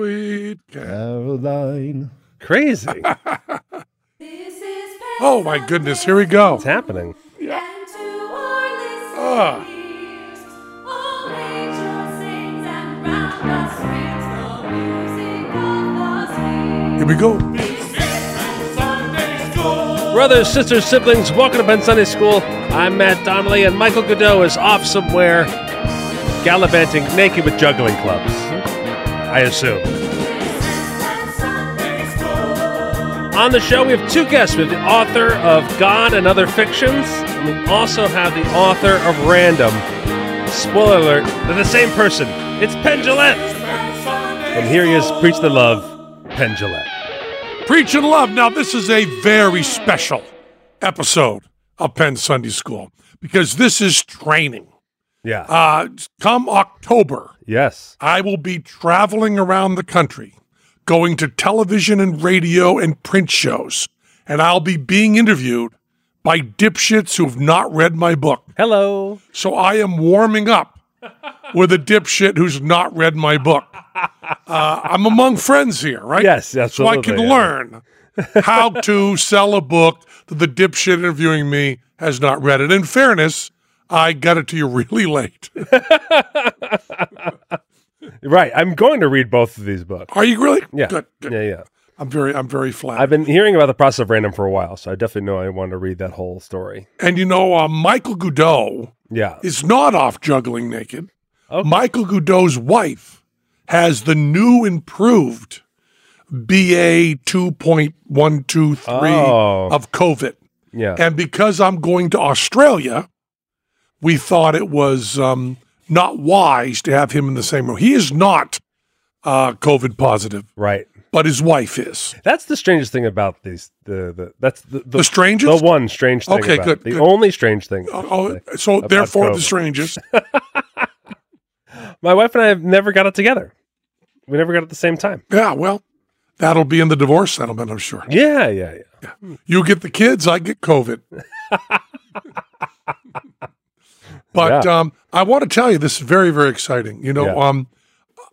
Sweet Caroline. Caroline. Crazy. Oh my goodness, here we go. What's happening? Ah. Here we go. Brothers, sisters, siblings, welcome to Ben Sunday School. I'm Matt Donnelly, and Michael Godot is off somewhere gallivanting naked with juggling clubs. I assume. On the show, we have two guests. We have the author of God and Other Fictions, and we also have the author of Random. Spoiler alert, they're the same person. It's Penn Jillette. And here he is, Preach the Love, Penn Jillette. Preach and love. Now, this is a very special episode of Penn Sunday School because this is training. Yeah. Uh, come October, yes. I will be traveling around the country, going to television and radio and print shows, and I'll be being interviewed by dipshits who've not read my book. Hello. So I am warming up with a dipshit who's not read my book. Uh, I'm among friends here, right? Yes, So I can absolutely, yeah. learn how to sell a book that the dipshit interviewing me has not read it. In fairness, I got it to you really late. Right. I'm going to read both of these books. Are you really? Yeah. Good. good. Yeah, yeah. I'm very, I'm very flattered. I've been hearing about the process of random for a while, so I definitely know I want to read that whole story. and you know, uh, Michael Goudot Yeah. is not off juggling naked. Okay. Michael Goudot's wife has the new improved BA 2.123 Oh. of COVID. Yeah. And because I'm going to Australia, we thought it was um, not wise to have him in the same room. He is not uh, COVID positive, Right. but his wife is. That's the strangest thing about these the, the that's the the, The strangest? the one strange thing. Okay, about good, it. The good. only strange thing. Oh, oh, so About therefore, the COVID. strangest. My wife and I have never got it together. We never got it at the same time. Yeah, well, that'll be in the divorce settlement, I'm sure. Yeah, yeah, yeah. You get the kids, I get COVID. but um, I want to tell you this is very, very exciting. You know, Yeah. um,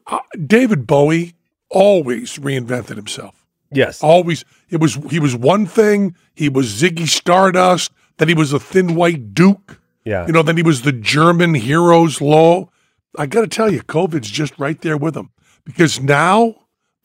uh, David Bowie always reinvented himself. Yes. Always, it was he was one thing. He was Ziggy Stardust. Then he was a thin white Duke. yeah. You know, then he was the German hero's law. I got to tell you, COVID's just right there with him because now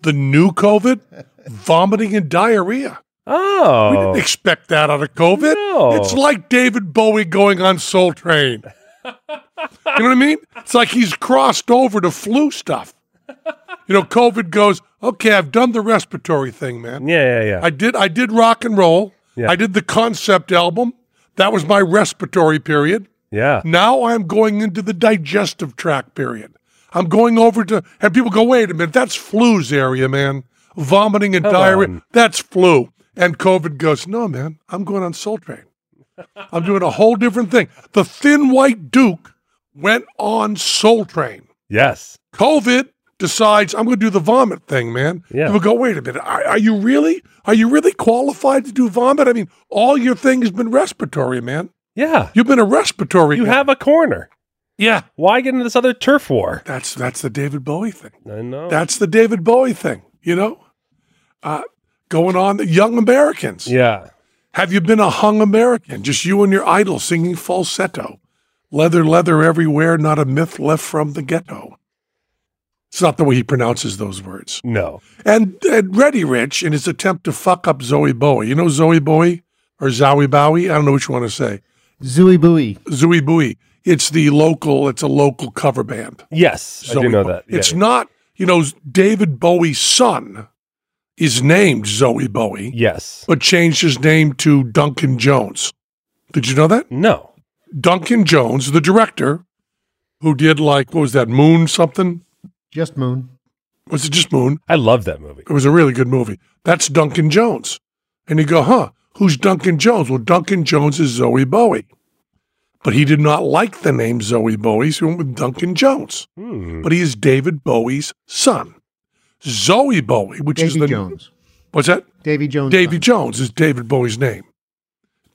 the new COVID, vomiting and diarrhea. We oh. didn't expect that out of COVID. No. It's like David Bowie going on Soul Train. you know what I mean? It's like he's crossed over to flu stuff. You know, COVID goes, okay, I've done the respiratory thing, man. yeah, yeah, yeah. I did I did rock and roll. Yeah. I did the concept album. That was my respiratory period. yeah. Now I'm going into the digestive tract period. I'm going over to, and people go, wait a minute, that's flu's area, man. Vomiting and diarrhea, on. that's flu. And COVID goes, no, man, I'm going on Soul Train. I'm doing a whole different thing. The thin white Duke went on Soul Train. Yes. COVID decides I'm going to do the vomit thing, man. Yeah. People go, wait a minute, are, are you really, are you really qualified to do vomit? I mean, all your thing has been respiratory, man. Yeah. You've been a respiratory. You guy. have a corner. yeah. Why get into this other turf war? That's that's the David Bowie thing. I know. That's the David Bowie thing. You know, uh, going on the young Americans. yeah. Have you been a hung American? Just you and your idol singing falsetto, leather, leather everywhere. Not a myth left from the ghetto. It's not the way he pronounces those words. No. And, and Reddy Rich, in his attempt to fuck up Zoe Bowie, you know Zoe Bowie or Zowie Bowie? I don't know what you want to say. Zooey Booey. Zoe Bowie. It's the local. It's a local cover band. Yes. I do Zoe know Bo- that. It's yeah. not, you know, David Bowie's son is named Zoe Bowie, Yes. but changed his name to Duncan Jones. Did you know that? No. Duncan Jones, the director who did like, what was that, Moon something? Just Moon. Was it just Moon? I love that movie. It was a really good movie. That's Duncan Jones. And you go, huh, who's Duncan Jones? Well, Duncan Jones is Zoe Bowie. But he did not like the name Zoe Bowie, so he went with Duncan Jones. Hmm. but he is David Bowie's son. Zoe Bowie, which is Davy the Jones. what's that? Davy Jones. Davy Jones is David Bowie's name.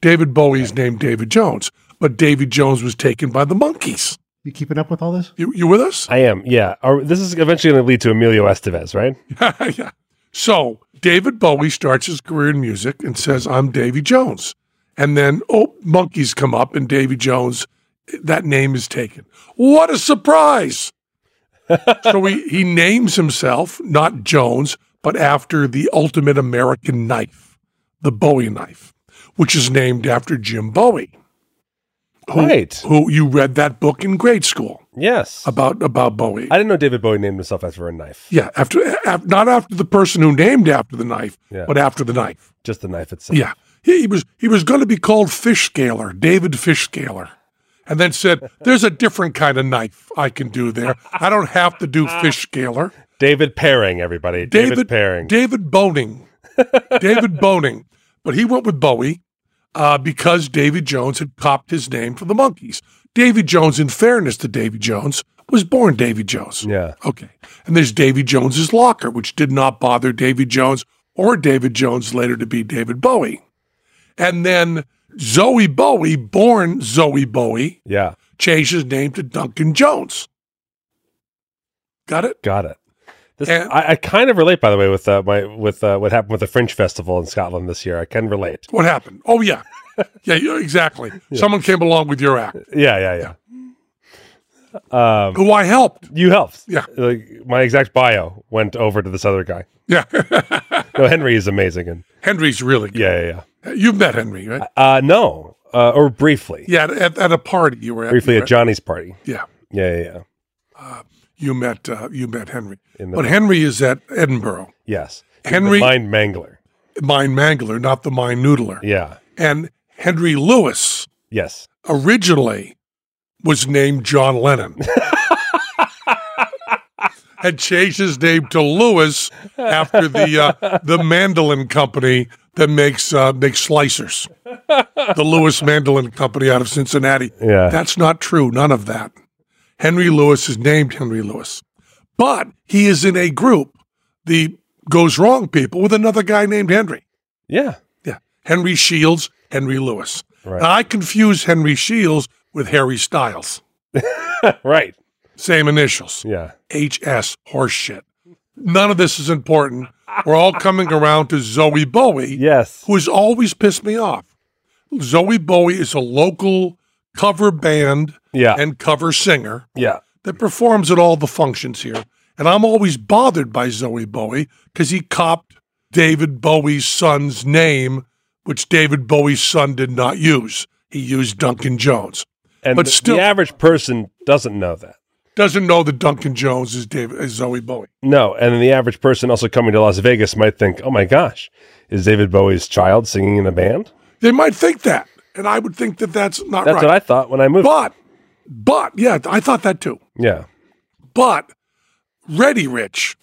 David Bowie is named David Jones, but David Jones was taken by the monkeys. You keeping up with all this? You, you with us? I am. Yeah. Are, this is eventually going to lead to Emilio Estevez, right? yeah. So David Bowie starts his career in music and says, I'm Davy Jones. And then, oh, monkeys come up and Davy Jones, that name is taken. What a surprise. so he, he names himself not Jones, but after the ultimate American knife, the Bowie knife, which is named after Jim Bowie, Right. who you read that book in grade school Yes. about, about Bowie. I didn't know David Bowie named himself after a knife, Yeah, after af- not after the person who named after the knife, Yeah. but after the knife. just the knife itself. Yeah, he, he was he was going to be called Fish Scaler, David Fish Scaler, and then said, "There's a different kind of knife I can do there. I don't have to do Fish Scaler." David Pairing, everybody. David, David Pairing. David Boning, David Boning, but he went with Bowie uh, because Davy Jones had copped his name from the Monkees. Davy Jones, in fairness to Davy Jones, was born Davy Jones. yeah. Okay. And there's Davy Jones's locker, which did not bother Davy Jones or David Jones later to be David Bowie. And then Zoe Bowie, born Zoe Bowie, Yeah. changed his name to Duncan Jones. Got it? Got it. This, And- I, I kind of relate, by the way, with uh, my with uh, what happened with the Fringe Festival in Scotland this year. I can relate. What happened? Oh yeah. Yeah, yeah, exactly. Someone came along with your act, Yeah, yeah, yeah. Um, who I helped. you helped. Yeah. Like, my exact bio went over to this other guy. Yeah. No, Henry is amazing, and Henry's really good. yeah, yeah, You've met Henry, right? yeah. Uh, no, uh, or briefly, yeah, at, at a party you were at. briefly right? at Johnny's party. Yeah. Yeah, yeah, yeah. You met uh, you met Henry. In the- But Henry is at Edinburgh. Yes, Henry- The mind mangler. mind mangler, not the mind noodler. Yeah. And Henry Lewis Yes. originally was named John Lennon. Had changed his name to Lewis after the uh, the mandolin company that makes uh, makes slicers, the Lewis Mandolin Company out of Cincinnati. Yeah. That's not true. None of that. Henry Lewis is named Henry Lewis, but he is in a group, the Goes Wrong people, with another guy named Henry. yeah. Yeah. Henry Shields, Henry Lewis. Right. Now, I confuse Henry Shields with Harry Styles. Right. Same initials. Yeah. HS horseshit. None of this is important. We're all coming around to Zoe Bowie, Yes. who has always pissed me off. Zoe Bowie is a local cover band Yeah. and cover singer yeah. that performs at all the functions here. And I'm always bothered by Zoe Bowie because he copped David Bowie's son's name, which David Bowie's son did not use. He used Duncan Jones. And But the, still- the average person doesn't know that. Doesn't know that Duncan Jones is David is Zoe Bowie. No, and then the average person also coming to Las Vegas might think, "Oh my gosh, is David Bowie's child singing in a band?" They might think that, and I would think that that's not That's right. what I thought when I moved. but, but yeah, I thought that too. yeah. But Ready Rich,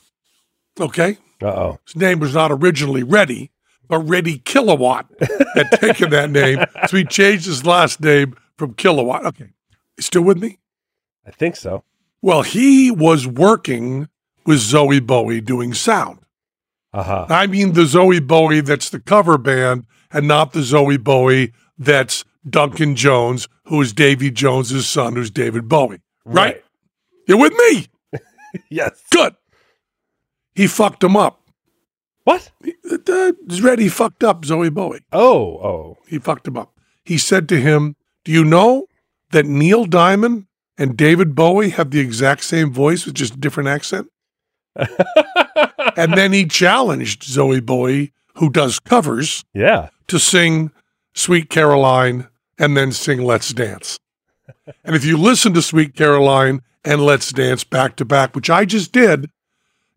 okay, Uh oh. his name was not originally Reddy, but Reddy Kilowatt had taken that name. So he changed his last name from Kilowatt. Okay. You still with me? I think so. Well, he was working with Zoe Bowie doing sound. Uh huh. I mean, the Zoe Bowie that's the cover band and not the Zoe Bowie that's Duncan Jones, who is Davy Jones's son, who's David Bowie. Right? Right. You with me? Yes. Good. He fucked him up. What? Uh, Reddy fucked up Zoe Bowie. Oh, oh. he fucked him up. He said to him, Do you know that Neil Diamond and David Bowie have the exact same voice with just a different accent? and then he challenged Zoe Bowie, who does covers, Yeah. to sing Sweet Caroline and then sing Let's Dance. And if you listen to Sweet Caroline and Let's Dance back to back, which I just did,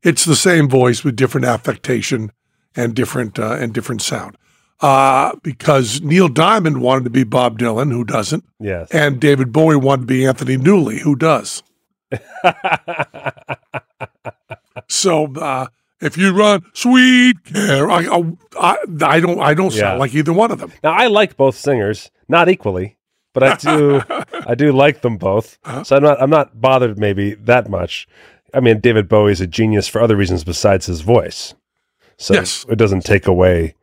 it's the same voice with different affectation and different uh, and different sound. Uh, because Neil Diamond wanted to be Bob Dylan, who doesn't, Yes. and David Bowie wanted to be Anthony Newley, who does. So uh, if you run Sweet Caroline, I, I, I don't I don't sound Yeah. like either one of them. now I like both singers, not equally, but I do. I do like them both. Uh-huh. So I'm not. I'm not bothered maybe that much. I mean, David Bowie's a genius for other reasons besides his voice. So Yes. it doesn't take away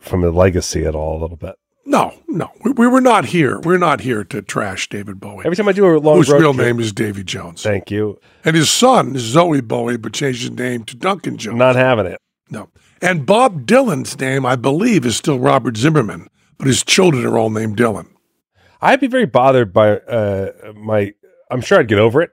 from the legacy at all a little bit. No, no, we, we were not here. We're not here to trash David Bowie, Every time I do a long whose road real trip- name is Davy Jones, Thank you. and his son is Zoe Bowie, but changed his name to Duncan Jones. Not having it. No, and Bob Dylan's name, I believe, is still Robert Zimmerman, but his children are all named Dylan. I'd be very bothered by uh, my. I'm sure I'd get over it,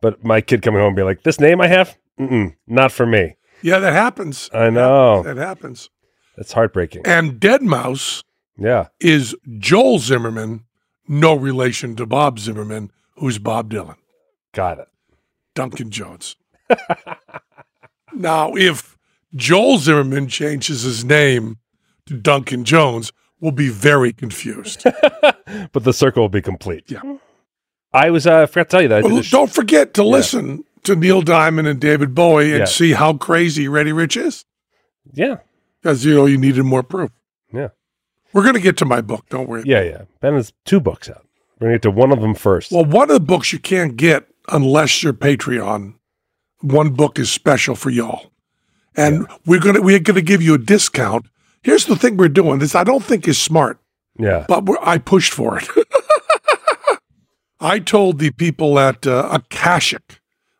but my kid coming home and be like, "This name I have, Mm-mm, not for me." Yeah, that happens. I know That happens. that's heartbreaking. And Dead Mouse Yeah, is Joel Zimmerman, no relation to Bob Zimmerman, who's Bob Dylan, got it. Duncan Jones. now, if Joel Zimmerman changes his name to Duncan Jones, we'll be very confused. But the circle will be complete. Yeah. I was. Uh, I forgot to tell you that. I did Well, this- don't forget to listen to Neil Diamond and David Bowie and Yeah. see how crazy Ready Rich is, yeah, because you know you needed more proof. Yeah. we're gonna get to my book. Don't worry. yeah, yeah. Ben has two books out. We're gonna get to one of them first. Well, one of the books you can't get unless you're Patreon. One book is special for y'all, and we're gonna we're gonna give you a discount. Here's the thing we're doing. This I don't think is smart, yeah, but we're, I pushed for it. I told the people at uh, Akashic,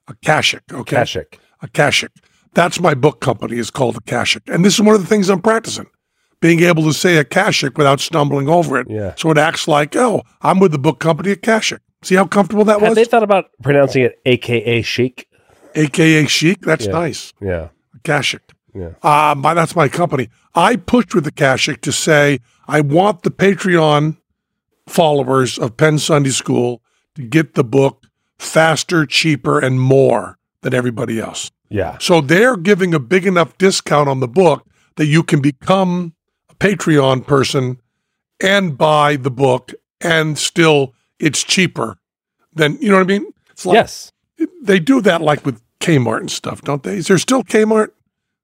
Akashic, okay, Kashik. Akashic. That's my book company. It's called Akashic, and this is one of the things I'm practicing. Being able to say Akashic without stumbling over it, Yeah. so it acts like, oh, I'm with the book company Akashic. See how comfortable that Have was? they thought about pronouncing it AKA Sheik? AKA Chic. That's nice. Yeah, Akashic. Yeah. Uh, my, that's my company. I pushed with Akashic to say I want the Patreon followers of Penn Sunday School to get the book faster, cheaper, and more than everybody else. yeah. So they're giving a big enough discount on the book that you can become a Patreon person and buy the book, and still it's cheaper than you know what I mean. It's like yes. they do that like with Kmart and stuff, don't they? Is there still Kmart?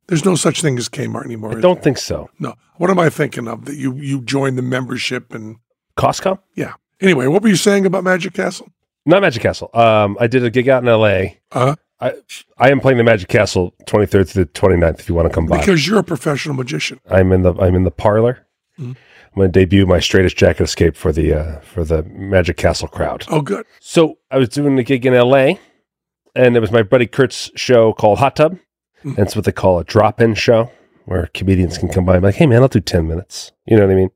There's no such thing as Kmart anymore. is Don't think so. there? No. What am I thinking of? That you you join the membership and Costco. yeah. Anyway, what were you saying about Magic Castle? Not Magic Castle. Um, I did a gig out in L.A. Uh, I I am playing the Magic Castle 23rd to the 29th. If you want to come by, because you're a professional magician. I'm in the I'm in the parlor. Mhm. I'm going to debut my straightest jacket escape for the uh, for the Magic Castle crowd. Oh, good. So I was doing a gig in L.A. and it was my buddy Kurt's show called Hot Tub, and it's what they call a drop-in show where comedians can come by and be like, "Hey man, I'll do 10 minutes." You know what I mean?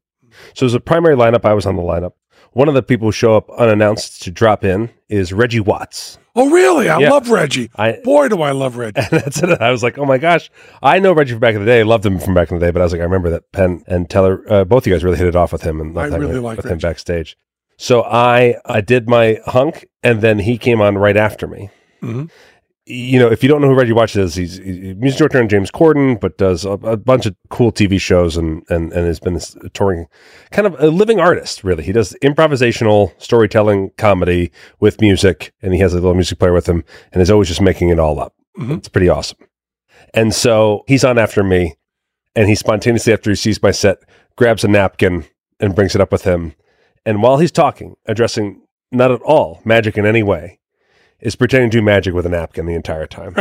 So there's a primary lineup. I was on the lineup. One of the people who show up unannounced to drop in is Reggie Watts. Oh, really? I Yeah. love Reggie. I Boy, do I love Reggie. And that's it. I was like, oh my gosh, I know Reggie from back in the day. Loved him from back in the day, but I was like, I remember that Penn and Teller, uh, both you guys really hit it off with him and I loved having really it like with him Reggie. backstage. So I I did my hunk, and then he came on right after me. Mhm. You know, if you don't know who Reggie Watch is, he's, he's a music director on James Corden, but does a, a bunch of cool TV shows and and and has been a touring, kind of a living artist. Really, he does improvisational storytelling comedy with music, and he has a little music player with him, and is always just making it all up. Mhm. It's pretty awesome. And so he's on after me, and he spontaneously, after he sees my set, grabs a napkin and brings it up with him. And while he's talking, addressing not at all magic in any way, is pretending to do magic with a napkin the entire time,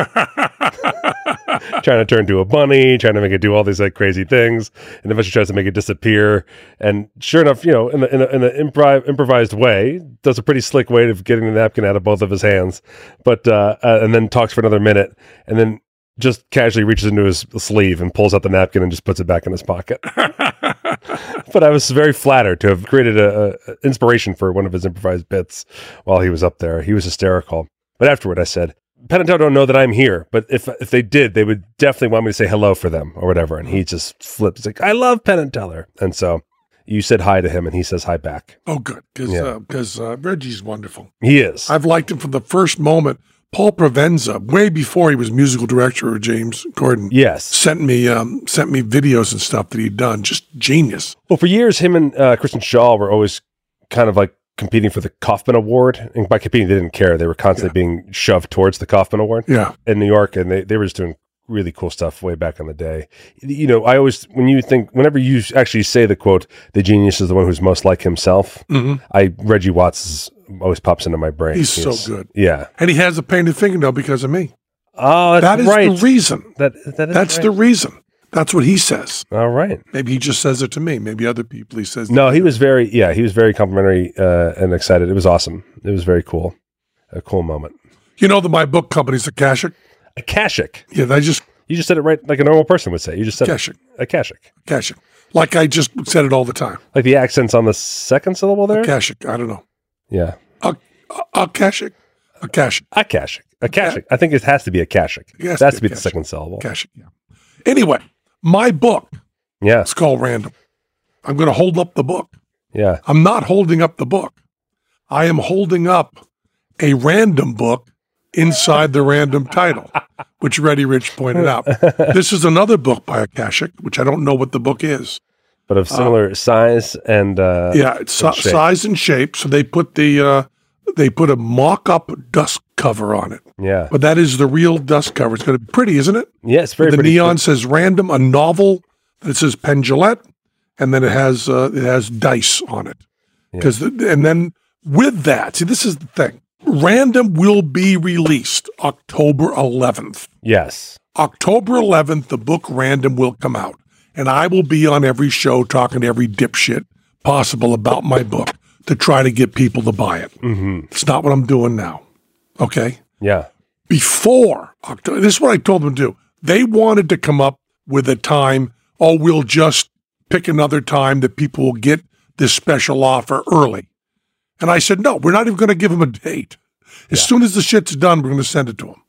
trying to turn to a bunny, trying to make it do all these like crazy things, and eventually tries to make it disappear. And sure enough, you know, in the, in an improv, improvised way, does a pretty slick way of getting the napkin out of both of his hands, but uh, uh, and then talks for another minute, and then just casually reaches into his sleeve and pulls out the napkin and just puts it back in his pocket. but I was very flattered to have created a, a inspiration for one of his improvised bits while he was up there. He was hysterical. But afterward, I said, Penn and Teller don't know that I'm here, but if if they did, they would definitely want me to say hello for them or whatever. And he just flips. He's like, I love Penn and Teller. And so you said hi to him, and he says hi back. oh, good. Because Yeah. uh, Reggie's wonderful. He is. I've liked him from the first moment. Paul Provenza, way before he was musical director of James Corden, yes. sent me um, sent me videos and stuff that he'd done. Just genius. Well, for years, him and uh, Kristen Shaw were always kind of like competing for the Kaufman Award. And by competing, they didn't care. They were constantly being shoved towards the Kaufman Award. Yeah. in New York, and they, they were just doing really cool stuff way back in the day. You know, I always when you think whenever you actually say the quote, "The genius is the one who's most like himself," hmm I Reggie Watts is, always pops into my brain. He's so good. Yeah. And he has a painted fingernail because of me. Oh, that's That is right. the reason. that that is That's right. the reason. That's what he says. All right. Maybe he just says it to me. Maybe other people he says. No, he was very yeah, he was very complimentary uh, and excited. It was awesome. It was very cool. A cool moment. You know that my book company's Akashic. Akashic. Yeah, they just You just said it right like a normal person would say. You just said Akashic, it. Akashic. Akashic. Like I just said it all the time. Like the accents on the second syllable there? Akashic. I don't know. Yeah. Ak- Akashic. Akashic. Akashic. Akashic. I think it has to be Akashic. It has It to has be to be the Akashic. second syllable. Akashic. Yeah. Anyway, my book. Yeah. It's called Random. I'm going to hold up the book. Yeah. I'm not holding up the book. I am holding up a random book inside the random title, which Ready Rich pointed out. This is another book by Akashic, which I don't know what the book is. But of similar size and uh Uh, Yeah, it's si- And shape. size and shape. So they put the uh, they put a mock-up dust cover on it, yeah. but that is the real dust cover. It's going to be pretty, isn't it? Yeah, it's very the pretty. neon says random, a novel that says Penn Jillette, and then it has uh, it has dice on it. Because and then with that, see, this is the thing. Random will be released October 11th. Yes. October 11th, the book Random will come out, and I will be on every show talking to every dipshit possible about my book to try to get people to buy it. Mm-hmm. It's not what I'm doing now. Okay Yeah. before October. This is what I told them to do. They wanted to come up with a time, oh, we'll just pick another time that people will get this special offer early. And I said, no, we're not even going to give them a date. As soon as the shit's done, we're going to send it to them.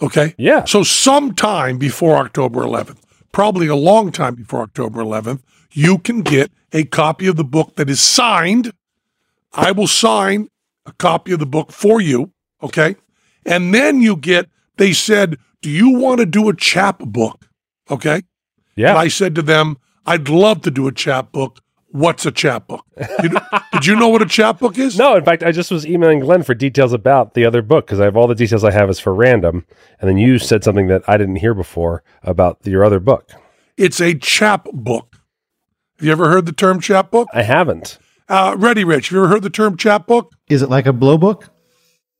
Okay? Yeah. So sometime before October 11th, probably a long time before October 11th, you can get a copy of the book that is signed. I will sign a copy of the book for you, okay? And then you get they said, "Do you want to do a chap book?" Okay? Yeah. And I said to them, "I'd love to do a chap book. What's a chap book?" You know- did you know what a chap book is? No, in fact, I just was emailing Glenn for details about the other book because I have all the details I have is for random, and then you said something that I didn't hear before about your other book. It's a chap book. Have you ever heard the term chap book? I haven't. Uh, Ready Rich, have you ever heard the term chap book? Is it like a blow book?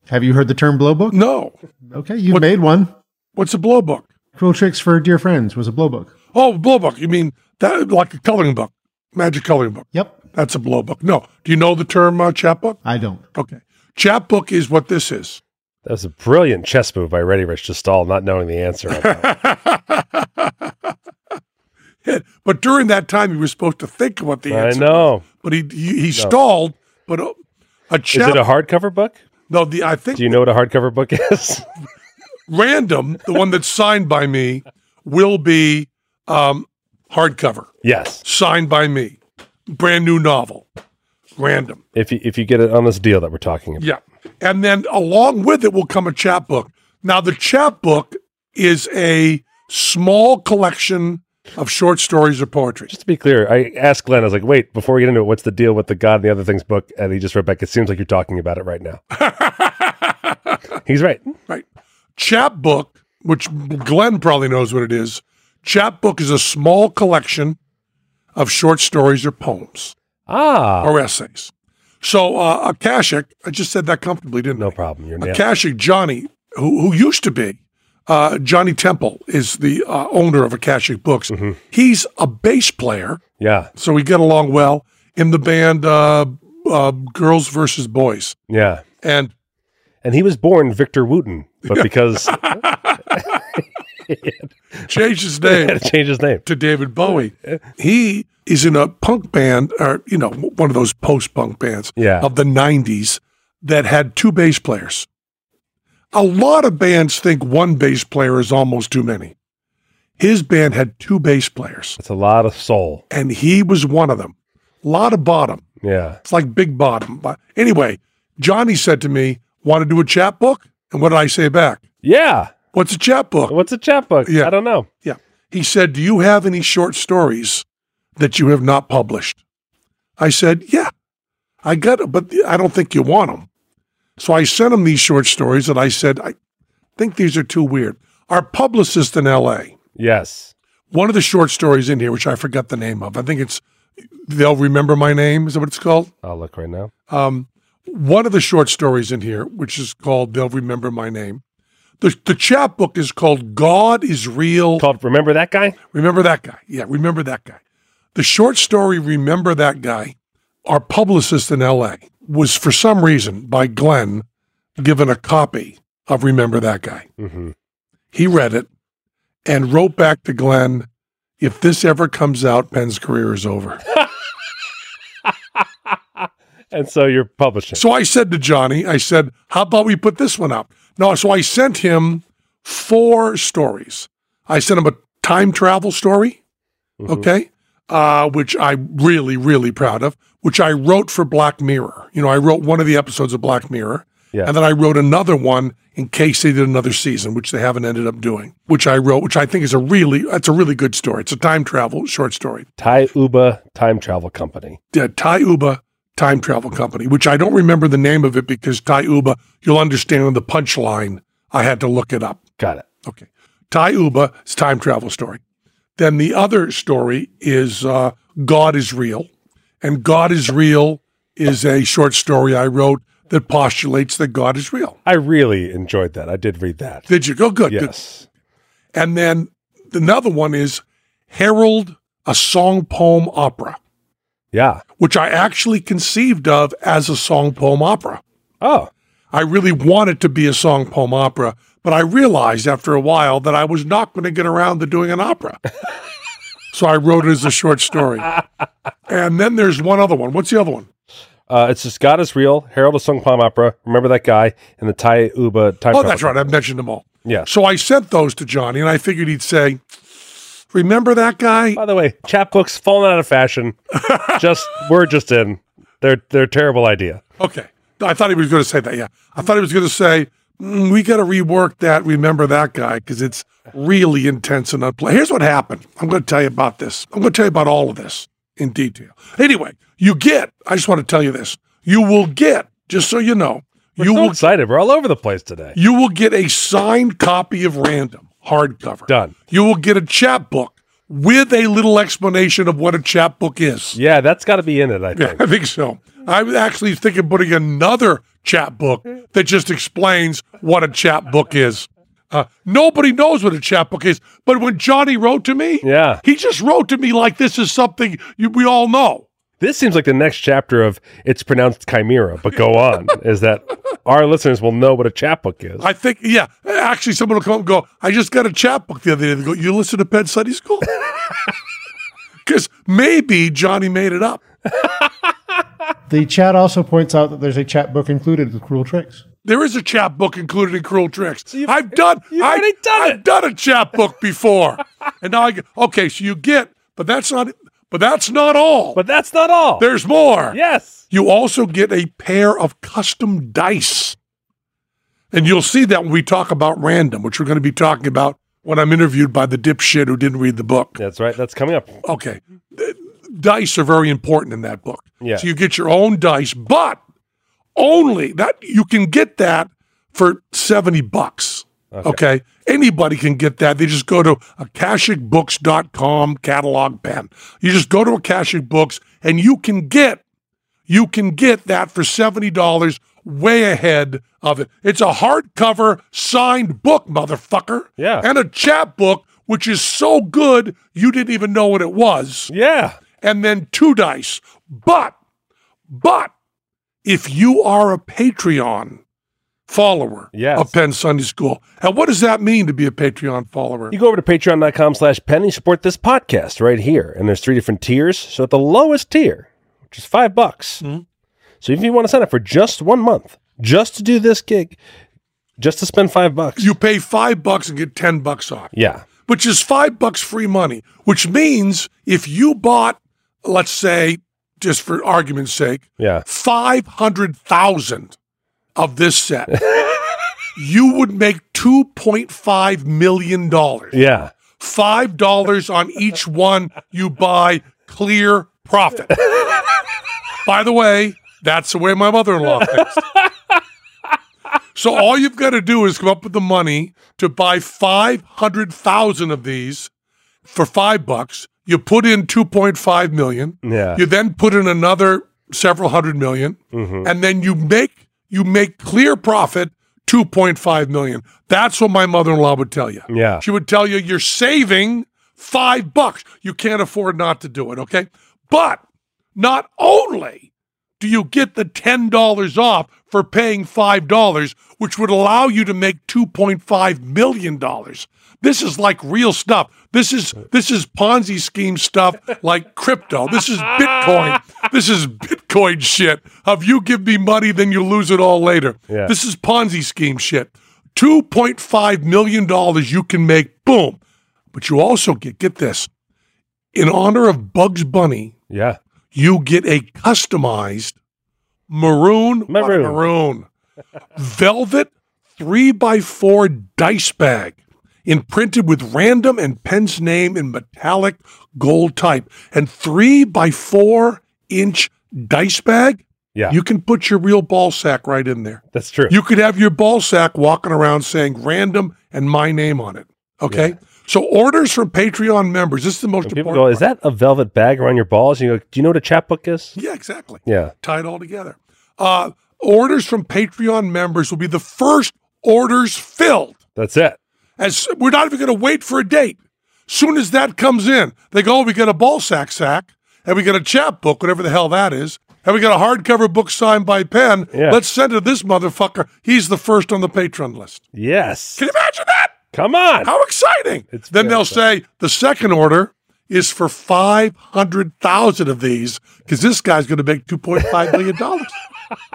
Have you heard the term blow book? No. Mm. Okay, you made one. What's a blow book? Cruel Tricks for Dear Friends was a blow book. Oh, blow book. You mean that like a coloring book, magic coloring book? Yep. That's a blow book. No. Do you know the term uh, chap book? I don't. Okay. Chap book is what this is. That was a brilliant chess move by Ready Rich to stall, not knowing the answer. of that. But during that time, he was supposed to think about the I answer. know. But he he, he stalled. But uh, a Is chap. it a hardcover book? no, the I think Do you know what a hardcover book is? random, the one that's signed by me, will be um, hardcover, yes. signed by me, brand new novel, random. If you if you get it on this deal that we're talking about. Yeah. And then along with it will come a chapbook. Now, the chapbook is a small collection of short stories or poetry. Just to be clear, I asked Glenn, I was like, wait, before we get into it, what's the deal with the God and the Other Things book? And he just wrote back, it seems like you're talking about it right now. He's right. Right. Chapbook, which Glenn probably knows what it is. Chapbook is a small collection of short stories or poems Ah, or essays. So uh, Akashic, I just said that comfortably, didn't no I? problem. You're nailed. Akashic Johnny, who, who used to be uh, Johnny Temple, is the uh, owner of Akashic Books. He's a bass player, Yeah. so we get along well in the band uh, uh, Girls versus Boys, Yeah. and And he was born Victor Wooten, but because changed his name. had to change his name. to David Bowie. He is in a punk band, or you know, one of those post-punk bands Yeah. of the '90s that had two bass players. A lot of bands think one bass player is almost too many. His band had two bass players, It's a lot of soul. and he was one of them. A lot of bottom. Yeah. It's like big bottom. But anyway, Johnny said to me, "Want to do a chat book?" And what did I say back? Yeah. What's a chat book? What's a chapbook? Yeah. I don't know. Yeah. He said, Do you have any short stories that you have not published? I said, Yeah, I got it, but I don't think you want them. So I sent him these short stories and I said, I think these are too weird. Our publicist in LA, Yes. one of the short stories in here, which I forgot the name of, I think it's They'll Remember My Name, is that what it's called? I'll look right now. Um, one of the short stories in here, which is called They'll Remember My Name, The, the chapbook is called God is Real. Called Remember That Guy? Remember that guy. Yeah, remember that guy. The short story, Remember That Guy, our publicist in LA was for some reason by Glenn given a copy of Remember That Guy. Mm-hmm. He read it and wrote back to Glenn, if this ever comes out, Penn's career is over. And so you're publishing. So I said to Johnny, I said, how about we put this one up? No, so I sent him four stories. I sent him a time travel story, Mhm. okay, uh, which I'm really, really proud of, which I wrote for Black Mirror. You know, I wrote one of the episodes of Black Mirror. Yeah. And then I wrote another one in case they did another season, which they haven't ended up doing, which I wrote, which I think is a really, that's a really good story. It's a time travel short story. Thai Uba Time Travel Company. uh, Tai Uba Time Travel Company, which I don't remember the name of it because Tai Uba, you'll understand on the punchline, I had to look it up. Got it. Okay. Tai Uba is time travel story. Then the other story is uh, God is Real. And God is Real is a short story I wrote that postulates that God is real. I really enjoyed that. I did read that. Did you go good? good. Yes. And then another one is Herald, a song poem opera, Yeah. which I actually conceived of as a song poem opera. Oh, I really wanted to be a song poem opera, but I realized after a while that I was not going to get around to doing an opera. so I wrote it as a short story. And then there's one other one. What's the other one? uh, it's just God is Real, Harold of Sung Palm Opera, Remember That Guy, and the Thai Uba Time Oh, Travel that's right. I mentioned them all. Yeah. So I sent those to Johnny and I figured he'd say, Remember that guy? By the way, chapbooks falling out of fashion. just we're just in. They're they're a terrible idea. Okay. I thought he was going to say that. Yeah. I thought he was going to say, "Mm, We got to rework that. Remember that guy because it's really intense and unplay. Here's what happened. I'm going to tell you about this. I'm going to tell you about all of this in detail. Anyway, you get, I just want to tell you this. You will get, just so you know, We're you so will excited. We're all over the place today. you will get a signed copy of Random hardcover. Done. You will get a chapbook with a little explanation of what a chapbook is. Yeah, that's got to be in it. I Yeah, think. I think so. I was actually thinking of putting another chapbook that just explains what a chapbook is. Uh, nobody knows what a chapbook is, but when Johnny wrote to me, Yeah. he just wrote to me like this is something you, we all know. This seems like the next chapter of it's pronounced chimera, but go on. is that our listeners will know what a chapbook is? I think, yeah, actually, someone will come up and go, I just got a chapbook the other day. They go, You listen to Penn Study School? Because maybe Johnny made it up. The chat also points out that there's a chat book included with cruel tricks. There is a chapbook included in Cruel Tricks. I've done. you've I, already done I've it. done a chapbook before, and now I get okay. So you get, but that's not. But that's not all. but that's not all. there's more. yes. You also get a pair of custom dice, and you'll see that when we talk about random, which we're going to be talking about when I'm interviewed by the dipshit who didn't read the book. That's right. That's coming up. Okay, Th- dice are very important in that book. Yeah. So you get your own dice, but only that you can get that for 70 bucks. Okay. Anybody can get that. They just go to akashicbooks.com catalog pen. You just go to Akashic Books and you can get you can get that for $70 way ahead of it. It's a hardcover signed book, motherfucker. Yeah. And a chapbook which is so good you didn't even know what it was Yeah. and then two dice. But, but if you are a Patreon follower Yes. of Penn Sunday School, and what does that mean to be a Patreon follower? You go over to patreon.com slash penny, support this podcast right here. And there's three different tiers. So at the lowest tier, which is five bucks. Mm-hmm. So if you want to sign up for just one month, just to do this gig, just to spend five bucks. You pay five bucks and get 10 bucks off, yeah. which is five bucks free money, which means if you bought, let's say, just for argument's sake, Yeah. 500,000 of this set, you would make $2.5 million. Yeah. five dollars on each one you buy clear profit by the way that's the way my mother-in-law thinks so all you've got to do is come up with the money to buy 500000 of these for five bucks you put in 2.5 million Yeah. you then put in another several hundred million, and then you make you make clear profit 2.5 million. That's what my mother-in-law would tell you. Yeah. She would tell you you're saving 5 bucks. You can't afford not to do it, okay? But not only do you get the $10 off for paying $5, which would allow you to make $2.5 million. This is like real stuff. This is this is Ponzi scheme stuff like crypto. This is Bitcoin. This is Bitcoin shit. Of you give me money, then you lose it all later. Yeah. This is Ponzi scheme shit. $2.5 million you can make, boom. But you also get get this. In honor of Bugs Bunny, Yeah. you get a customized maroon what a Maroon. maroon velvet three by four dice bag imprinted with random and penn's name in metallic gold type and three by four inch dice bag Yeah. you can put your real ball sack right in there that's true. you could have your ball sack walking around saying random and my name on it okay so orders from patreon members this is the most People important go, is part. that a velvet bag around your balls? And you go, do you know what a chapbook is? yeah exactly Yeah. tie it all together. Uh, orders from Patreon members will be the first orders filled. That's it. As we're not even going to wait for a date. Soon as that comes in, they go, "Oh, we got a ball sack sack, and we got a chapbook, whatever the hell that is, and we got a hardcover book signed by Penn. Yeah. Let's send it to this motherfucker. He's the first on the Patreon list. Yes. Can you imagine that? Come on. How exciting! It's then very they'll exciting. say the second order is for five hundred thousand of these because this guy's going to make two point five million dollars.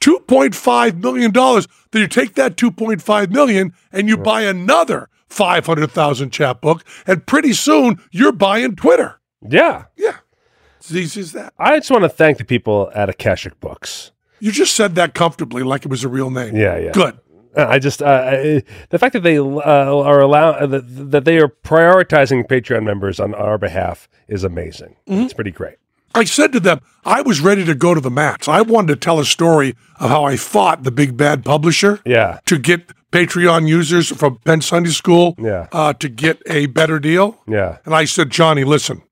two point five million dollars. Then you take that two point five million and you buy another five hundred thousand chapbook, and pretty soon you're buying Twitter. Yeah. Yeah, it's as easy as that. I just want to thank the people at Akashic Books. You just said that comfortably, like it was a real name. Yeah, yeah. Good. Uh, I just uh, I, the fact that they uh, are allow uh, that, that they are prioritizing Patreon members on our behalf is amazing. Mm-hmm. It's pretty great. I said to them, I was ready to go to the mats. I wanted to tell a story of how I fought the big bad publisher. Yeah, to get Patreon users from Penn Sunday School Yeah. uh, to get a better deal. yeah, And I said, Johnny, listen,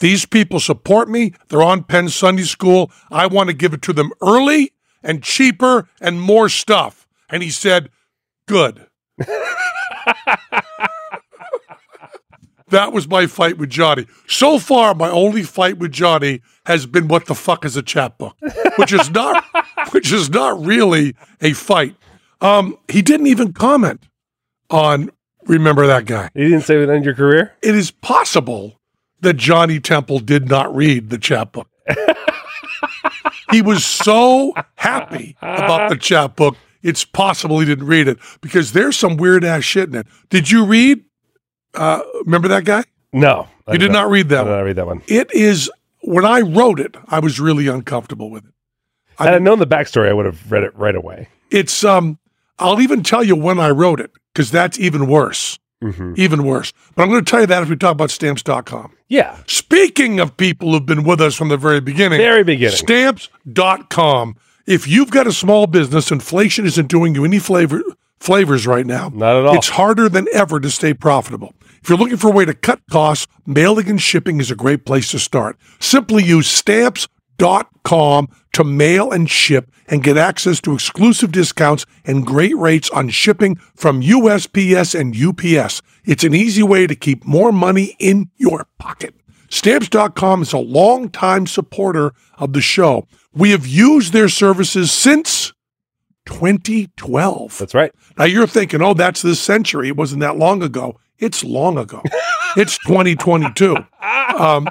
these people support me. They're on Penn Sunday School. I want to give it to them early and cheaper and more stuff. And he said, Good. that was my fight with Johnny. So far, my only fight with Johnny has been what the fuck is a chapbook, which is not, which is not really a fight. Um, he didn't even comment on remember that guy you didn't say it would end your career. it is possible that Johnny Temple did not read the chapbook. he was so happy about the chapbook, it's possible he didn't read it because there's some weird ass shit in it. Did you read? Uh, remember that guy? No, I You did not read I that did one. not read that one. It is when I wrote it, I was really uncomfortable with it. I Had I known the backstory, I would have read it right away. It's um, I'll even tell you when I wrote it because that's even worse, hmm even worse. But I'm going to tell you that if we talk about stamps.com. Yeah, Speaking of people who've been with us from the very beginning, very beginning. stamps.com. If you've got a small business, inflation isn't doing you any flavor flavors right now. Not at all. It's harder than ever to stay profitable. If you're looking for a way to cut costs, mailing and shipping is a great place to start. Simply use stamps.com to mail and ship and get access to exclusive discounts and great rates on shipping from USPS and UPS. It's an easy way to keep more money in your pocket. Stamps.com is a longtime supporter of the show. We have used their services since 2012. That's right. Now you're thinking, oh, that's this century. It wasn't that long ago. It's long ago. it's 2022. Um,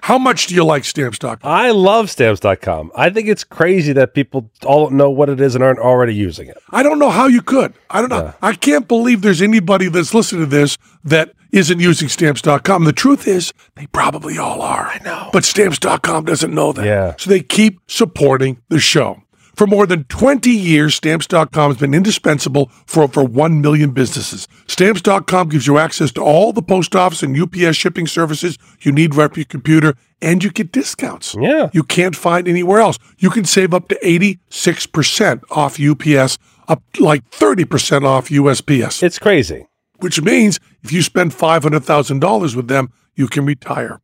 how much do you like Stamps.com? I love stamps.com. I think it's crazy that people all don't know what it is and aren't already using it. I don't know how you could. I don't know. I can't believe there's anybody that's listening to this that isn't using stamps.com. The truth is, they probably all are. I know. But stamps.com doesn't know that. Yeah. So they keep supporting the show. For more than 20 years, stamps.com has been indispensable for over 1 million businesses. Stamps.com gives you access to all the post office and UPS shipping services you need right for your computer, and you get discounts Yeah, you can't find anywhere else. You can save up to 86% off UPS, up like 30% off USPS, it's crazy. which means if you spend $500,000 with them, you can retire.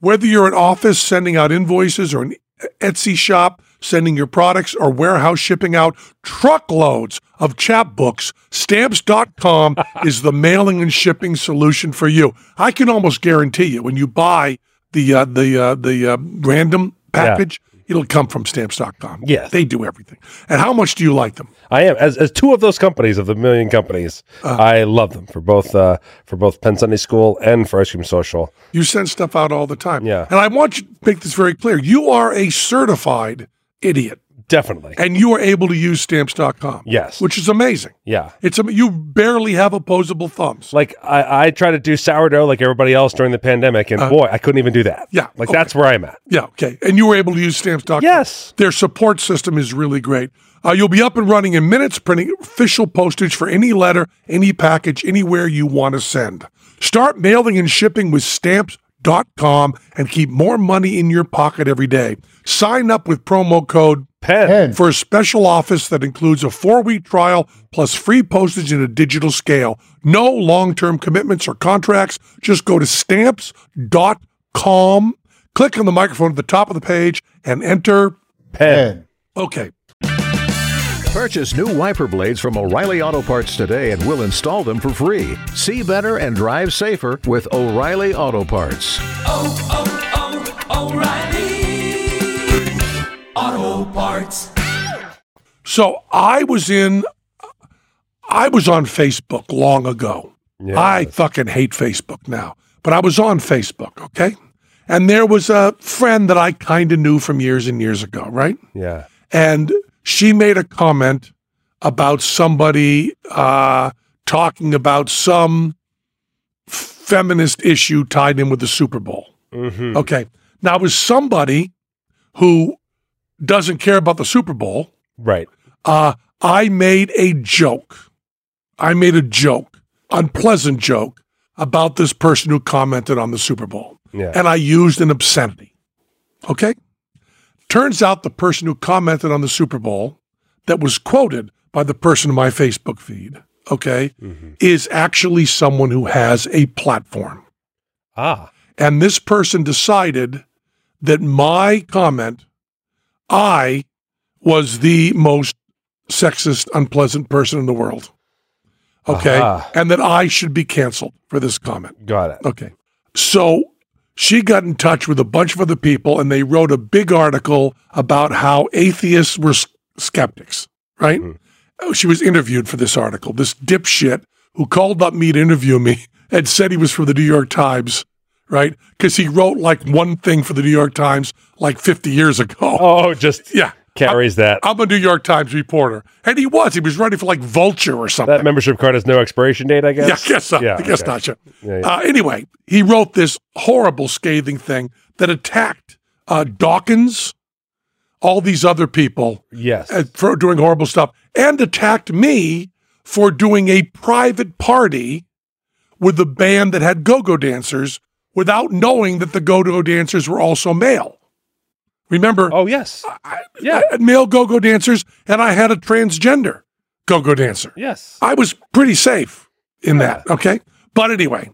Whether you're an office sending out invoices or an Etsy shop sending your products, or warehouse shipping out truckloads of chapbooks, stamps.com is the mailing and shipping solution for you. I can almost guarantee you when you buy the uh, the uh, the uh, random package, it'll come from stamps.com. Yes. They do everything. And how much do you like them? I am as, as two of those companies of the million companies. Uh. I love them for both uh, for both Penn Sunday School and for Ice Cream Social. You send stuff out all the time. Yeah. And I want you to make this very clear. You are a certified idiot Definitely, and you are able to use stamps.com. Yes. Which is amazing. yeah. It's am- you barely have opposable thumbs. Like I, I try to do sourdough like everybody else during the pandemic, and boy, I couldn't even do that. Uh-huh. yeah, like okay. that's where I'm at. Yeah, okay. And you were able to use stamps.com. Yes. Their support system is really great. Uh, you'll be up and running in minutes, printing official postage for any letter, any package, anywhere you want to send. Start mailing and shipping with stamps.com and keep more money in your pocket every day. Sign up with promo code Penn. And for a special office that includes a four week trial plus free postage in a digital scale. No long term commitments or contracts. Just go to stamps.com, click on the microphone at the top of the page, and enter. Penn. and Okay. Purchase new wiper blades from O'Reilly Auto Parts today and we'll install them for free. See better and drive safer with O'Reilly Auto Parts. oh, oh, oh, O'Reilly. Auto parts. So I was in, I was on Facebook long ago. I fucking hate Facebook now, but I was on Facebook, okay? And there was a friend that I kind of knew from years and years ago, right? Yeah. and she made a comment about somebody uh, talking about some feminist issue tied in with the Super Bowl. Mm-hmm. Okay, now it was somebody who doesn't care about the Super Bowl. Right. Uh, I made a joke. I made a joke, unpleasant joke about this person who commented on the Super Bowl Yeah. and I used an obscenity. Okay? Turns out the person who commented on the Super Bowl that was quoted by the person in my Facebook feed, okay, Mm-hmm. is actually someone who has a platform. ah. And this person decided that my comment, I was the most sexist, unpleasant person in the world. Okay. Aha. And that I should be canceled for this comment. Got it. Okay. So she got in touch with a bunch of other people and they wrote a big article about how atheists were s- skeptics, right? Mm-hmm. Oh, She was interviewed for this article. This dipshit who called up me to interview me and said he was from the New York Times, right? Because he wrote like one thing for the New York Times like 50 years ago. Oh, just Yeah. Uh, carries that. I'm a New York Times reporter. And he was. He was running for like Vulture or something. that membership card has no expiration date. I guess. uh, Yeah, I guess not. I guess okay. not. Sure. Yeah, yeah. Uh, anyway, he wrote this horrible, scathing thing that attacked uh, Dawkins, all these other people Yes. uh, for doing horrible stuff, and attacked me for doing a private party with a band that had go-go dancers without knowing that the go-go dancers were also male. Remember, oh yes. yeah. I had male go-go dancers, and I had a transgender go-go dancer. yes. I was pretty safe in that. Okay. But anyway,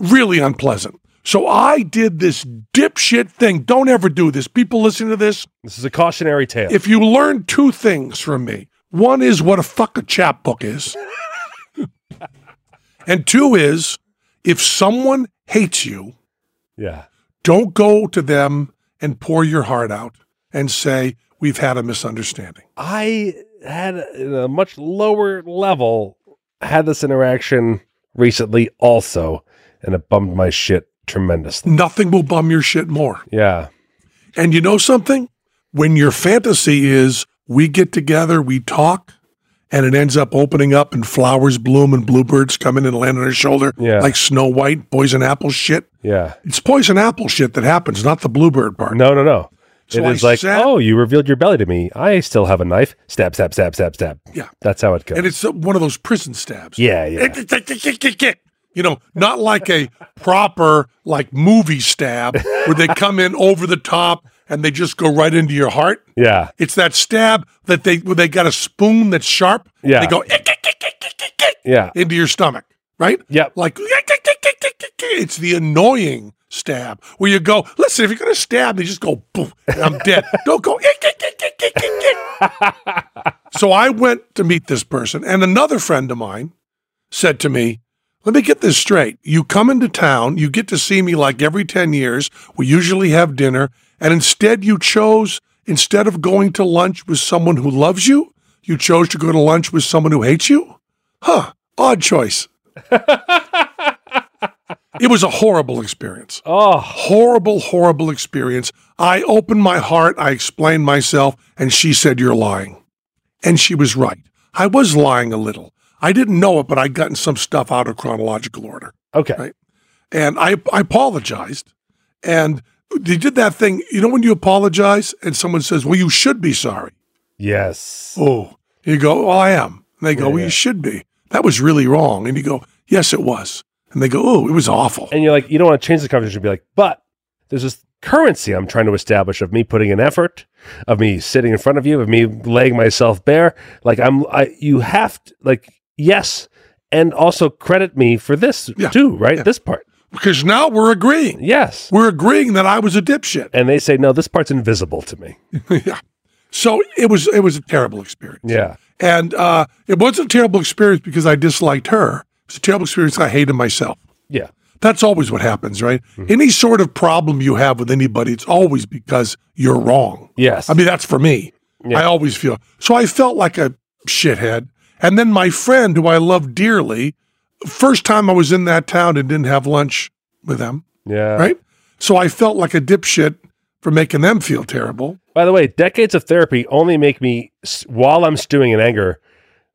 really unpleasant. So I did this dipshit thing. Don't ever do this. People listening to this, this is a cautionary tale. if you learn two things from me, one is what a fuck a chapbook is, and two is if someone hates you, yeah. don't go to them and pour your heart out and say, We've had a misunderstanding. I had at a much lower level had this interaction recently also, and it bummed my shit tremendously. Nothing will bum your shit more. Yeah. And you know something? When your fantasy is we get together, we talk, and it ends up opening up and flowers bloom and bluebirds come in and land on her shoulder Yeah. like Snow White, poison apple shit. Yeah. It's poison apple shit that happens, not the bluebird part. No, no, no. So it I is like, sat- oh, you revealed your belly to me. I still have a knife. Stab, stab, stab, stab, stab. Yeah. That's how it goes. And it's uh, one of those prison stabs. yeah, yeah. You know, not like a proper like movie stab where they come in over the top and they just go right into your heart. yeah. It's that stab that they where they got a spoon that's sharp. Yeah. They go "Ick, ick, ick, ick, ick, ick, ick," Yeah. into your stomach, right? Yep. Like "Ick, ick, ick, ick, ick, ick," it's the annoying stab where you go, listen, if you're gonna stab me, just go boom, and I'm dead. Don't go "Ick, ick, ick, ick, so I went to meet this person, and another friend of mine said to me, Let me get this straight. You come into town, you get to see me like every 10 years. We usually have dinner, and instead you chose, instead of going to lunch with someone who loves you, you chose to go to lunch with someone who hates you? Huh, odd choice. it was a horrible experience Oh, horrible, horrible experience. I opened my heart, I explained myself, and she said, You're lying. And she was right. I was lying a little. I didn't know it, but I'd gotten some stuff out of chronological order. okay. Right. And I, I apologized. And they did that thing. You know, when you apologize and someone says, Well, you should be sorry. Yes. Oh, you go, oh, I am. And they go, well, you should be. That was really wrong. And you go, yes, it was. And they go, oh, it was awful. And you're like, you don't want to change the conversation. Be like, but there's this currency I'm trying to establish of me putting in effort, of me sitting in front of you, of me laying myself bare. Like I'm, I you have to like yes, and also credit me for this Yeah. too, right? Yeah. This part, Because now we're agreeing. yes. We're agreeing that I was a dipshit. And they say no, this part's invisible to me. yeah. So it was it was a terrible experience. Yeah. And uh, it wasn't a terrible experience because I disliked her. It was a terrible experience 'cause I hated myself. Yeah. That's always what happens, right? Mm-hmm. Any sort of problem you have with anybody, it's always because you're wrong. Yes. I mean, that's for me. I always feel so. I felt like a shithead, and then my friend, who I love dearly, first time I was in that town and didn't have lunch with them, yeah. right? So I felt like a dipshit for making them feel terrible. By the way, decades of therapy only make me, s- while I'm stewing in anger,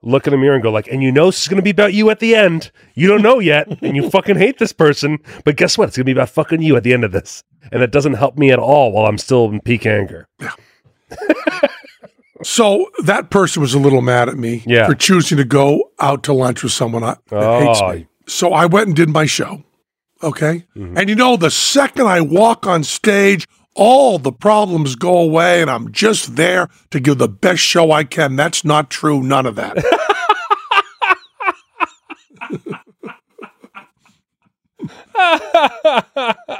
look in the mirror and go like, "And you know this is going to be about you at the end. You don't know yet, and you fucking hate this person. But guess what? It's going to be about fucking you at the end of this." And that doesn't help me at all while I'm still in peak anger. So that person was a little mad at me Yeah. for choosing to go out to lunch with someone I, that hates Oh. me. So I went and did my show. Okay. And you know, the second I walk on stage, all the problems go away and I'm just there to give the best show I can. That's not true. None of that.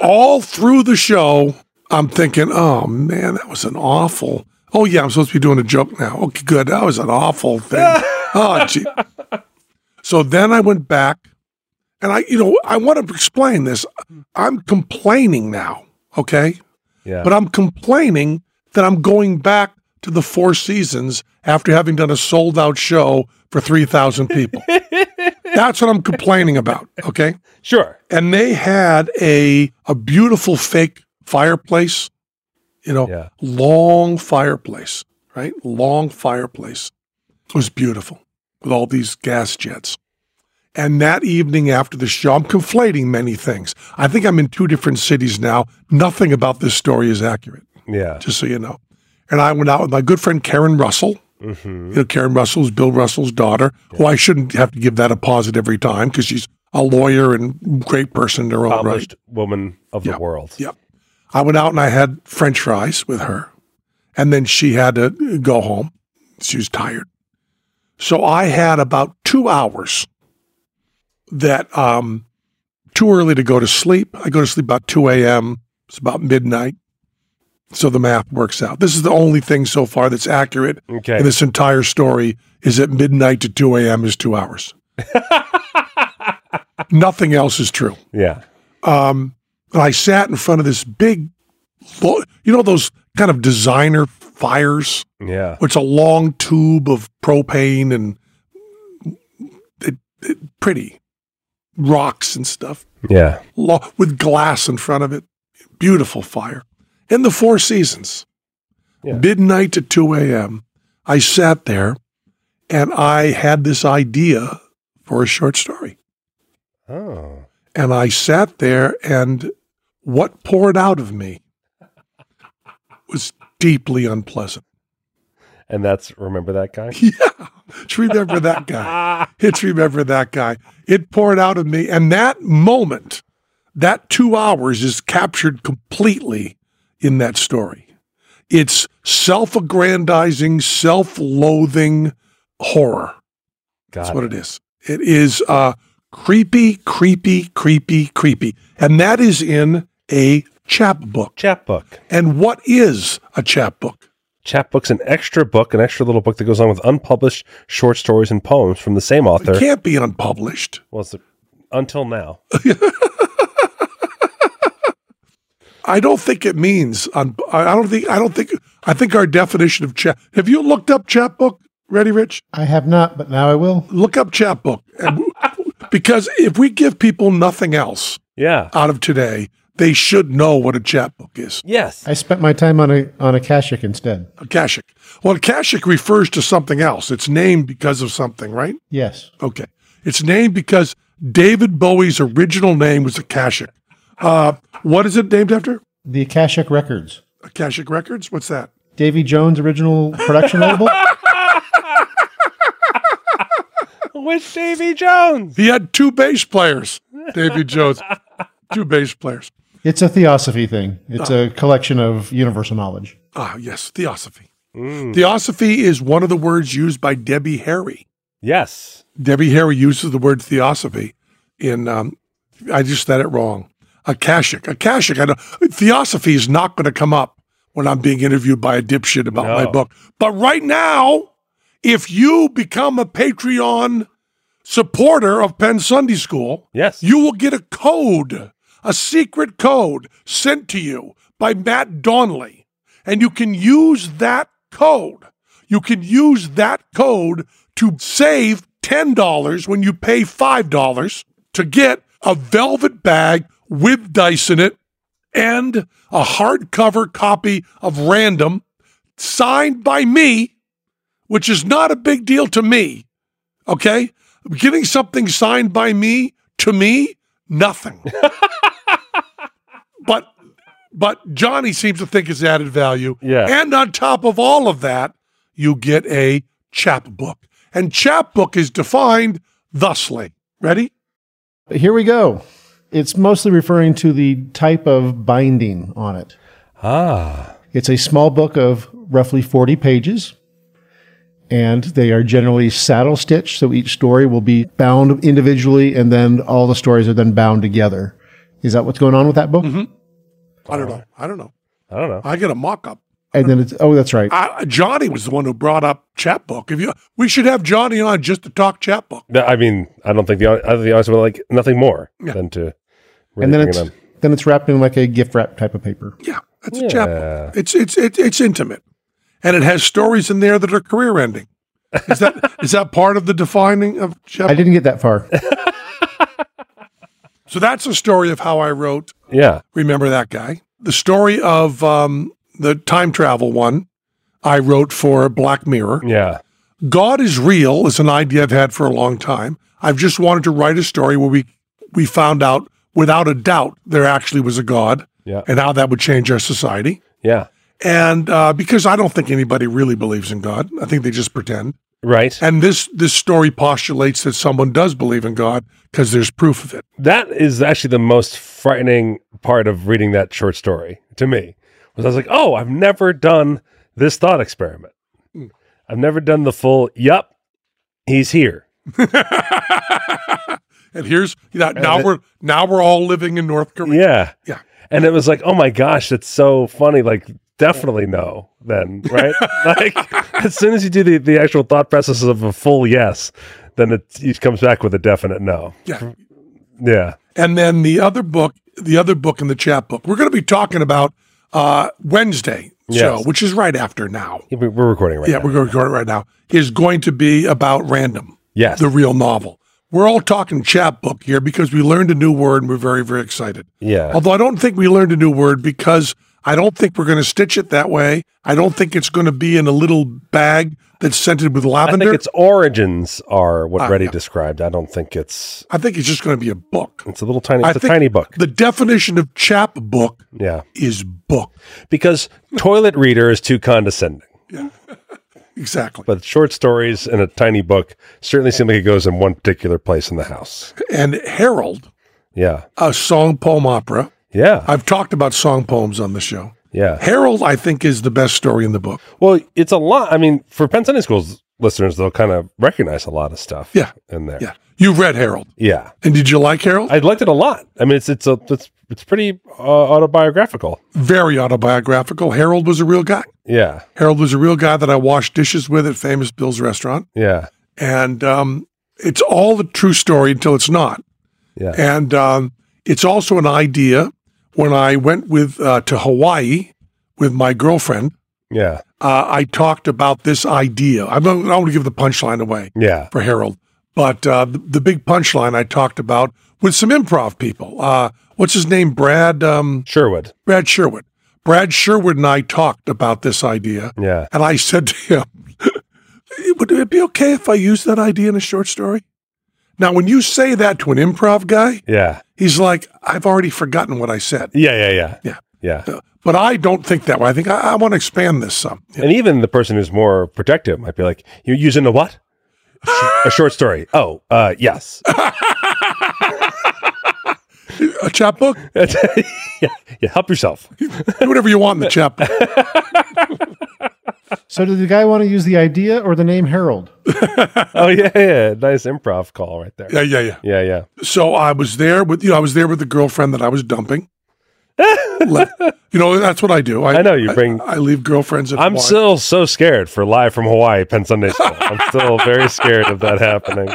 all through the show, I'm thinking, oh man, that was an awful. Oh yeah, I'm supposed to be doing a joke now. Okay, good. That was an awful thing. oh gee. So then I went back, and I, you know, I want to explain this. I'm complaining now, okay? Yeah. But I'm complaining that I'm going back to the Four Seasons after having done a sold out show for three thousand people. That's what I'm complaining about, okay? sure. and they had a a beautiful fake fireplace, you know, Yeah. long fireplace, right? Long fireplace. It was beautiful with all these gas jets. And that evening after the show, I'm conflating many things. I think I'm in two different cities now. Nothing about this story is accurate Yeah. just so you know. And I went out with my good friend Karen Russell. You know, Karen Russell's Bill Russell's daughter, who I shouldn't have to give that a posit every time because she's a lawyer and great person in her own right. Accomplished woman of the world. Yep. I went out and I had French fries with her. And then she had to go home. She was tired. So I had about two hours that um too early to go to sleep. I go to sleep about 2 a.m. It's about midnight. So the math works out. This is the only thing so far that's accurate Okay. in this entire story is at midnight to 2 a.m. is two hours. Nothing else is true. yeah. And I sat in front of this big, lo- you know, those kind of designer fires. Yeah. It's a long tube of propane and it, it, pretty rocks and stuff Yeah. lo- with glass in front of it. Beautiful fire. In the Four Seasons, Yeah. midnight to 2 a.m., I sat there and I had this idea for a short story. Oh. And I sat there, and what poured out of me was deeply unpleasant. And that's remember that guy. Yeah. It's remember that guy. It's remember that guy. It poured out of me. And that moment, that two hours is captured completely in that story. It's self aggrandizing, self loathing horror. Got That's what it is. It is uh, creepy, creepy, creepy, creepy. And that is in a chapbook. Chapbook. And what is a chapbook? Chapbook's an extra book, an extra little book that goes on with unpublished short stories and poems from the same author. Can't be unpublished. Well, it's the, until now. I don't think it means. Un- I I don't think. I don't think. I think our definition of chap. Have you looked up chapbook? Ready, Rich? I have not, but now I will. Look up chapbook, and w- because if we give people nothing else Yeah. out of today, they should know what a chapbook is. Yes. I spent my time on a on a Kashik instead. A kashik. Well, a kashik refers to something else. It's named because of something, right? Yes. Okay. It's named because David Bowie's original name was Akashic. Uh, what is it named after? The Kashik Records. Akashic Records? What's that? Davy Jones' original production label. With Davy Jones. He had two bass players, David Jones. Two bass players. It's a theosophy thing. It's a collection of universal knowledge. Ah, yes, theosophy. Theosophy is one of the words used by Debbie Harry. Yes. Debbie Harry uses the word theosophy in, um, I just said it wrong. Akashic. Akashic. I know, theosophy is not going to come up when I'm being interviewed by a dipshit about No. my book. But right now, if you become a Patreon supporter of Penn Sunday School, Yes. you will get a code, a secret code sent to you by Matt Donnelly. And you can use that code. You can use that code to save $10 when you pay $5 to get a velvet bag with dice in it and a hardcover copy of Random signed by me, which is not a big deal to me okay? Getting something signed by me to me, nothing. but but Johnny seems to think it's added value. Yeah. And on top of all of that, you get a chapbook. And chapbook is defined thusly. Ready? Here we go. It's mostly referring to the type of binding on it. Ah. It's a small book of roughly 40 pages, and they are generally saddle stitched, so each story will be bound individually, and then all the stories are then bound together. Is that what's going on with that book? I don't know. I don't know. I don't know. I get a mock up. And then it's, oh, that's right. I, Johnny was the one who brought up chapbook. If you, we should have Johnny on just to talk chapbook. No, I mean, I don't think the I think the audience would like nothing more than to. Really and then bring it's, it on. then it's wrapped in like a gift wrap type of paper. Yeah, that's a chapbook. It's it's it, it's intimate, and it has stories in there that are career ending. Is that is that part of the defining of I chapbook? didn't get that far. So that's a story of how I wrote. yeah. Remember that guy? The story of um, the time travel one. I wrote for Black Mirror. Yeah. God is real is an idea I've had for a long time. I've just wanted to write a story where we we found out without a doubt there actually was a God Yeah. and how that would change our society. Yeah. and uh, because I don't think anybody really believes in God, I think they just pretend. Right. And this this story postulates that someone does believe in God because there's proof of it. That is actually the most frightening part of reading that short story to me. Was I was like, oh, I've never done this thought experiment. Hmm. I've never done the full. Yup, he's here. And here's that now we're now we're all living in North Korea. Yeah. Yeah. And it was like, oh my gosh, that's so funny. Like, definitely no, then, right? like, as soon as you do the, the actual thought process of a full yes, then it, it comes back with a definite no. Yeah. Yeah. And then the other book, the other book in the chapbook, we're going to be talking about uh, Wednesday show, Yes. which is right after now. Yeah, we- We're recording right Yeah, now. we're going to record it right now. Is going to be about random. Yes. the real novel. We're all talking chapbook here because we learned a new word and we're very, very excited. Yeah. Although I don't think we learned a new word because I don't think we're going to stitch it that way. I don't think it's going to be in a little bag that's scented with I lavender. think its origins are what Ah, Reddy yeah. described. I don't think it's it's just going to be a book. it's a little tiny I it's a think tiny book. The definition of chapbook yeah. is book. Because toilet reader is too condescending. Exactly. But short stories in a tiny book certainly seem like it goes in one particular place in the house. And Harold, Yeah. a song poem opera. Yeah. I've talked about song poems on the show. yeah. Harold, I think, is the best story in the book. Well, it's a lot. I mean, for Penn Sunday School's listeners, they'll kind of recognize a lot of stuff. Yeah. in there. Yeah. You've read Harold. Yeah. And did you like Harold? I liked it a lot. I mean, it's it's a it's It's pretty uh, autobiographical. Very autobiographical. Harold was a real guy. Yeah. Harold was a real guy that I washed dishes with at famous Bill's restaurant. Yeah. And um, it's all the true story until it's not. Yeah. And um, it's also an idea when I went with uh, to Hawaii with my girlfriend. Yeah. Uh, I talked about this idea. I'm not, I don't want to give the punchline away Yeah. for Harold, but uh, the, the big punchline I talked about with some improv people. Uh, what's his name? Brad um, Sherwood. Brad Sherwood. Brad Sherwood and I talked about this idea, Yeah. and I said to him, "Would it be okay if I used that idea in a short story?" Now, when you say that to an improv guy, Yeah. He's like, I've already forgotten what I said. Yeah. Yeah. Yeah. Yeah. Yeah. But I don't think that way. I think I, I want to expand this some. And even the person who's more protective might be like, "You're using a what? A sh- a short story? Oh, uh, yes. A chapbook? yeah, yeah. Help yourself. Do whatever you want in the chapbook. So, did the guy want to use the idea or the name Harold? Oh yeah, yeah. Nice improv call right there. Yeah, yeah, yeah. Yeah. Yeah. So I was there with, you know, I was there with the girlfriend that I was dumping. Le- you know, that's what I do. I know, you bring- I, leave girlfriends at I'm Hawaii. still so scared for live from Hawaii Penn Sunday School. I'm still very scared of that happening.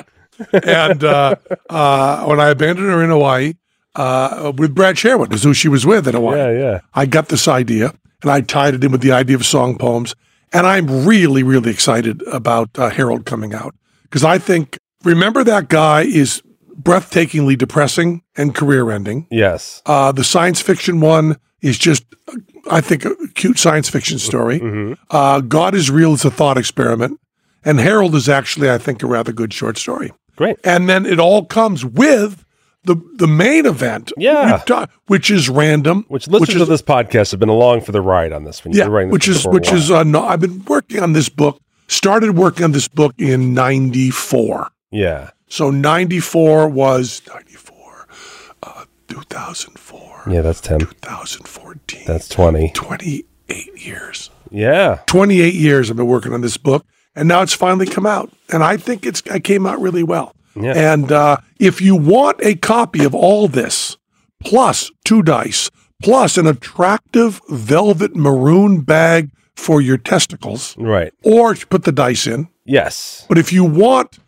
and uh, uh, when I abandoned her in Hawaii uh, with Brad Sherwood, is who she was with in Hawaii. Yeah. Yeah. I got this idea and I tied it in with the idea of song poems. And I'm really, really excited about uh, Harold coming out because I think, remember, that guy is breathtakingly depressing and career ending. Yes. Uh, the science fiction one is just, uh, I think, a cute science fiction story. Mm-hmm. Uh, God is Real is a thought experiment. And Harold is actually, I think, a rather good short story. Great. And then it all comes with the the main event, Yeah. we've ta- which is random, Which listeners is of this podcast have been along for the ride on this one. You've yeah, been writing which is this book for a which while. is uh, no, I've been working on this book. Started working on this book in '94. yeah, So '94 was '94, uh, 2004, yeah. That's ten. 2014. That's twenty. 28 years. Yeah, 28 years I've been working on this book, and now it's finally come out. And I think it's I came out really well. Yeah. And uh, if you want a copy of all this, plus two dice, plus an attractive velvet maroon bag for your testicles, right. or to put the dice in. Yes, But if you want,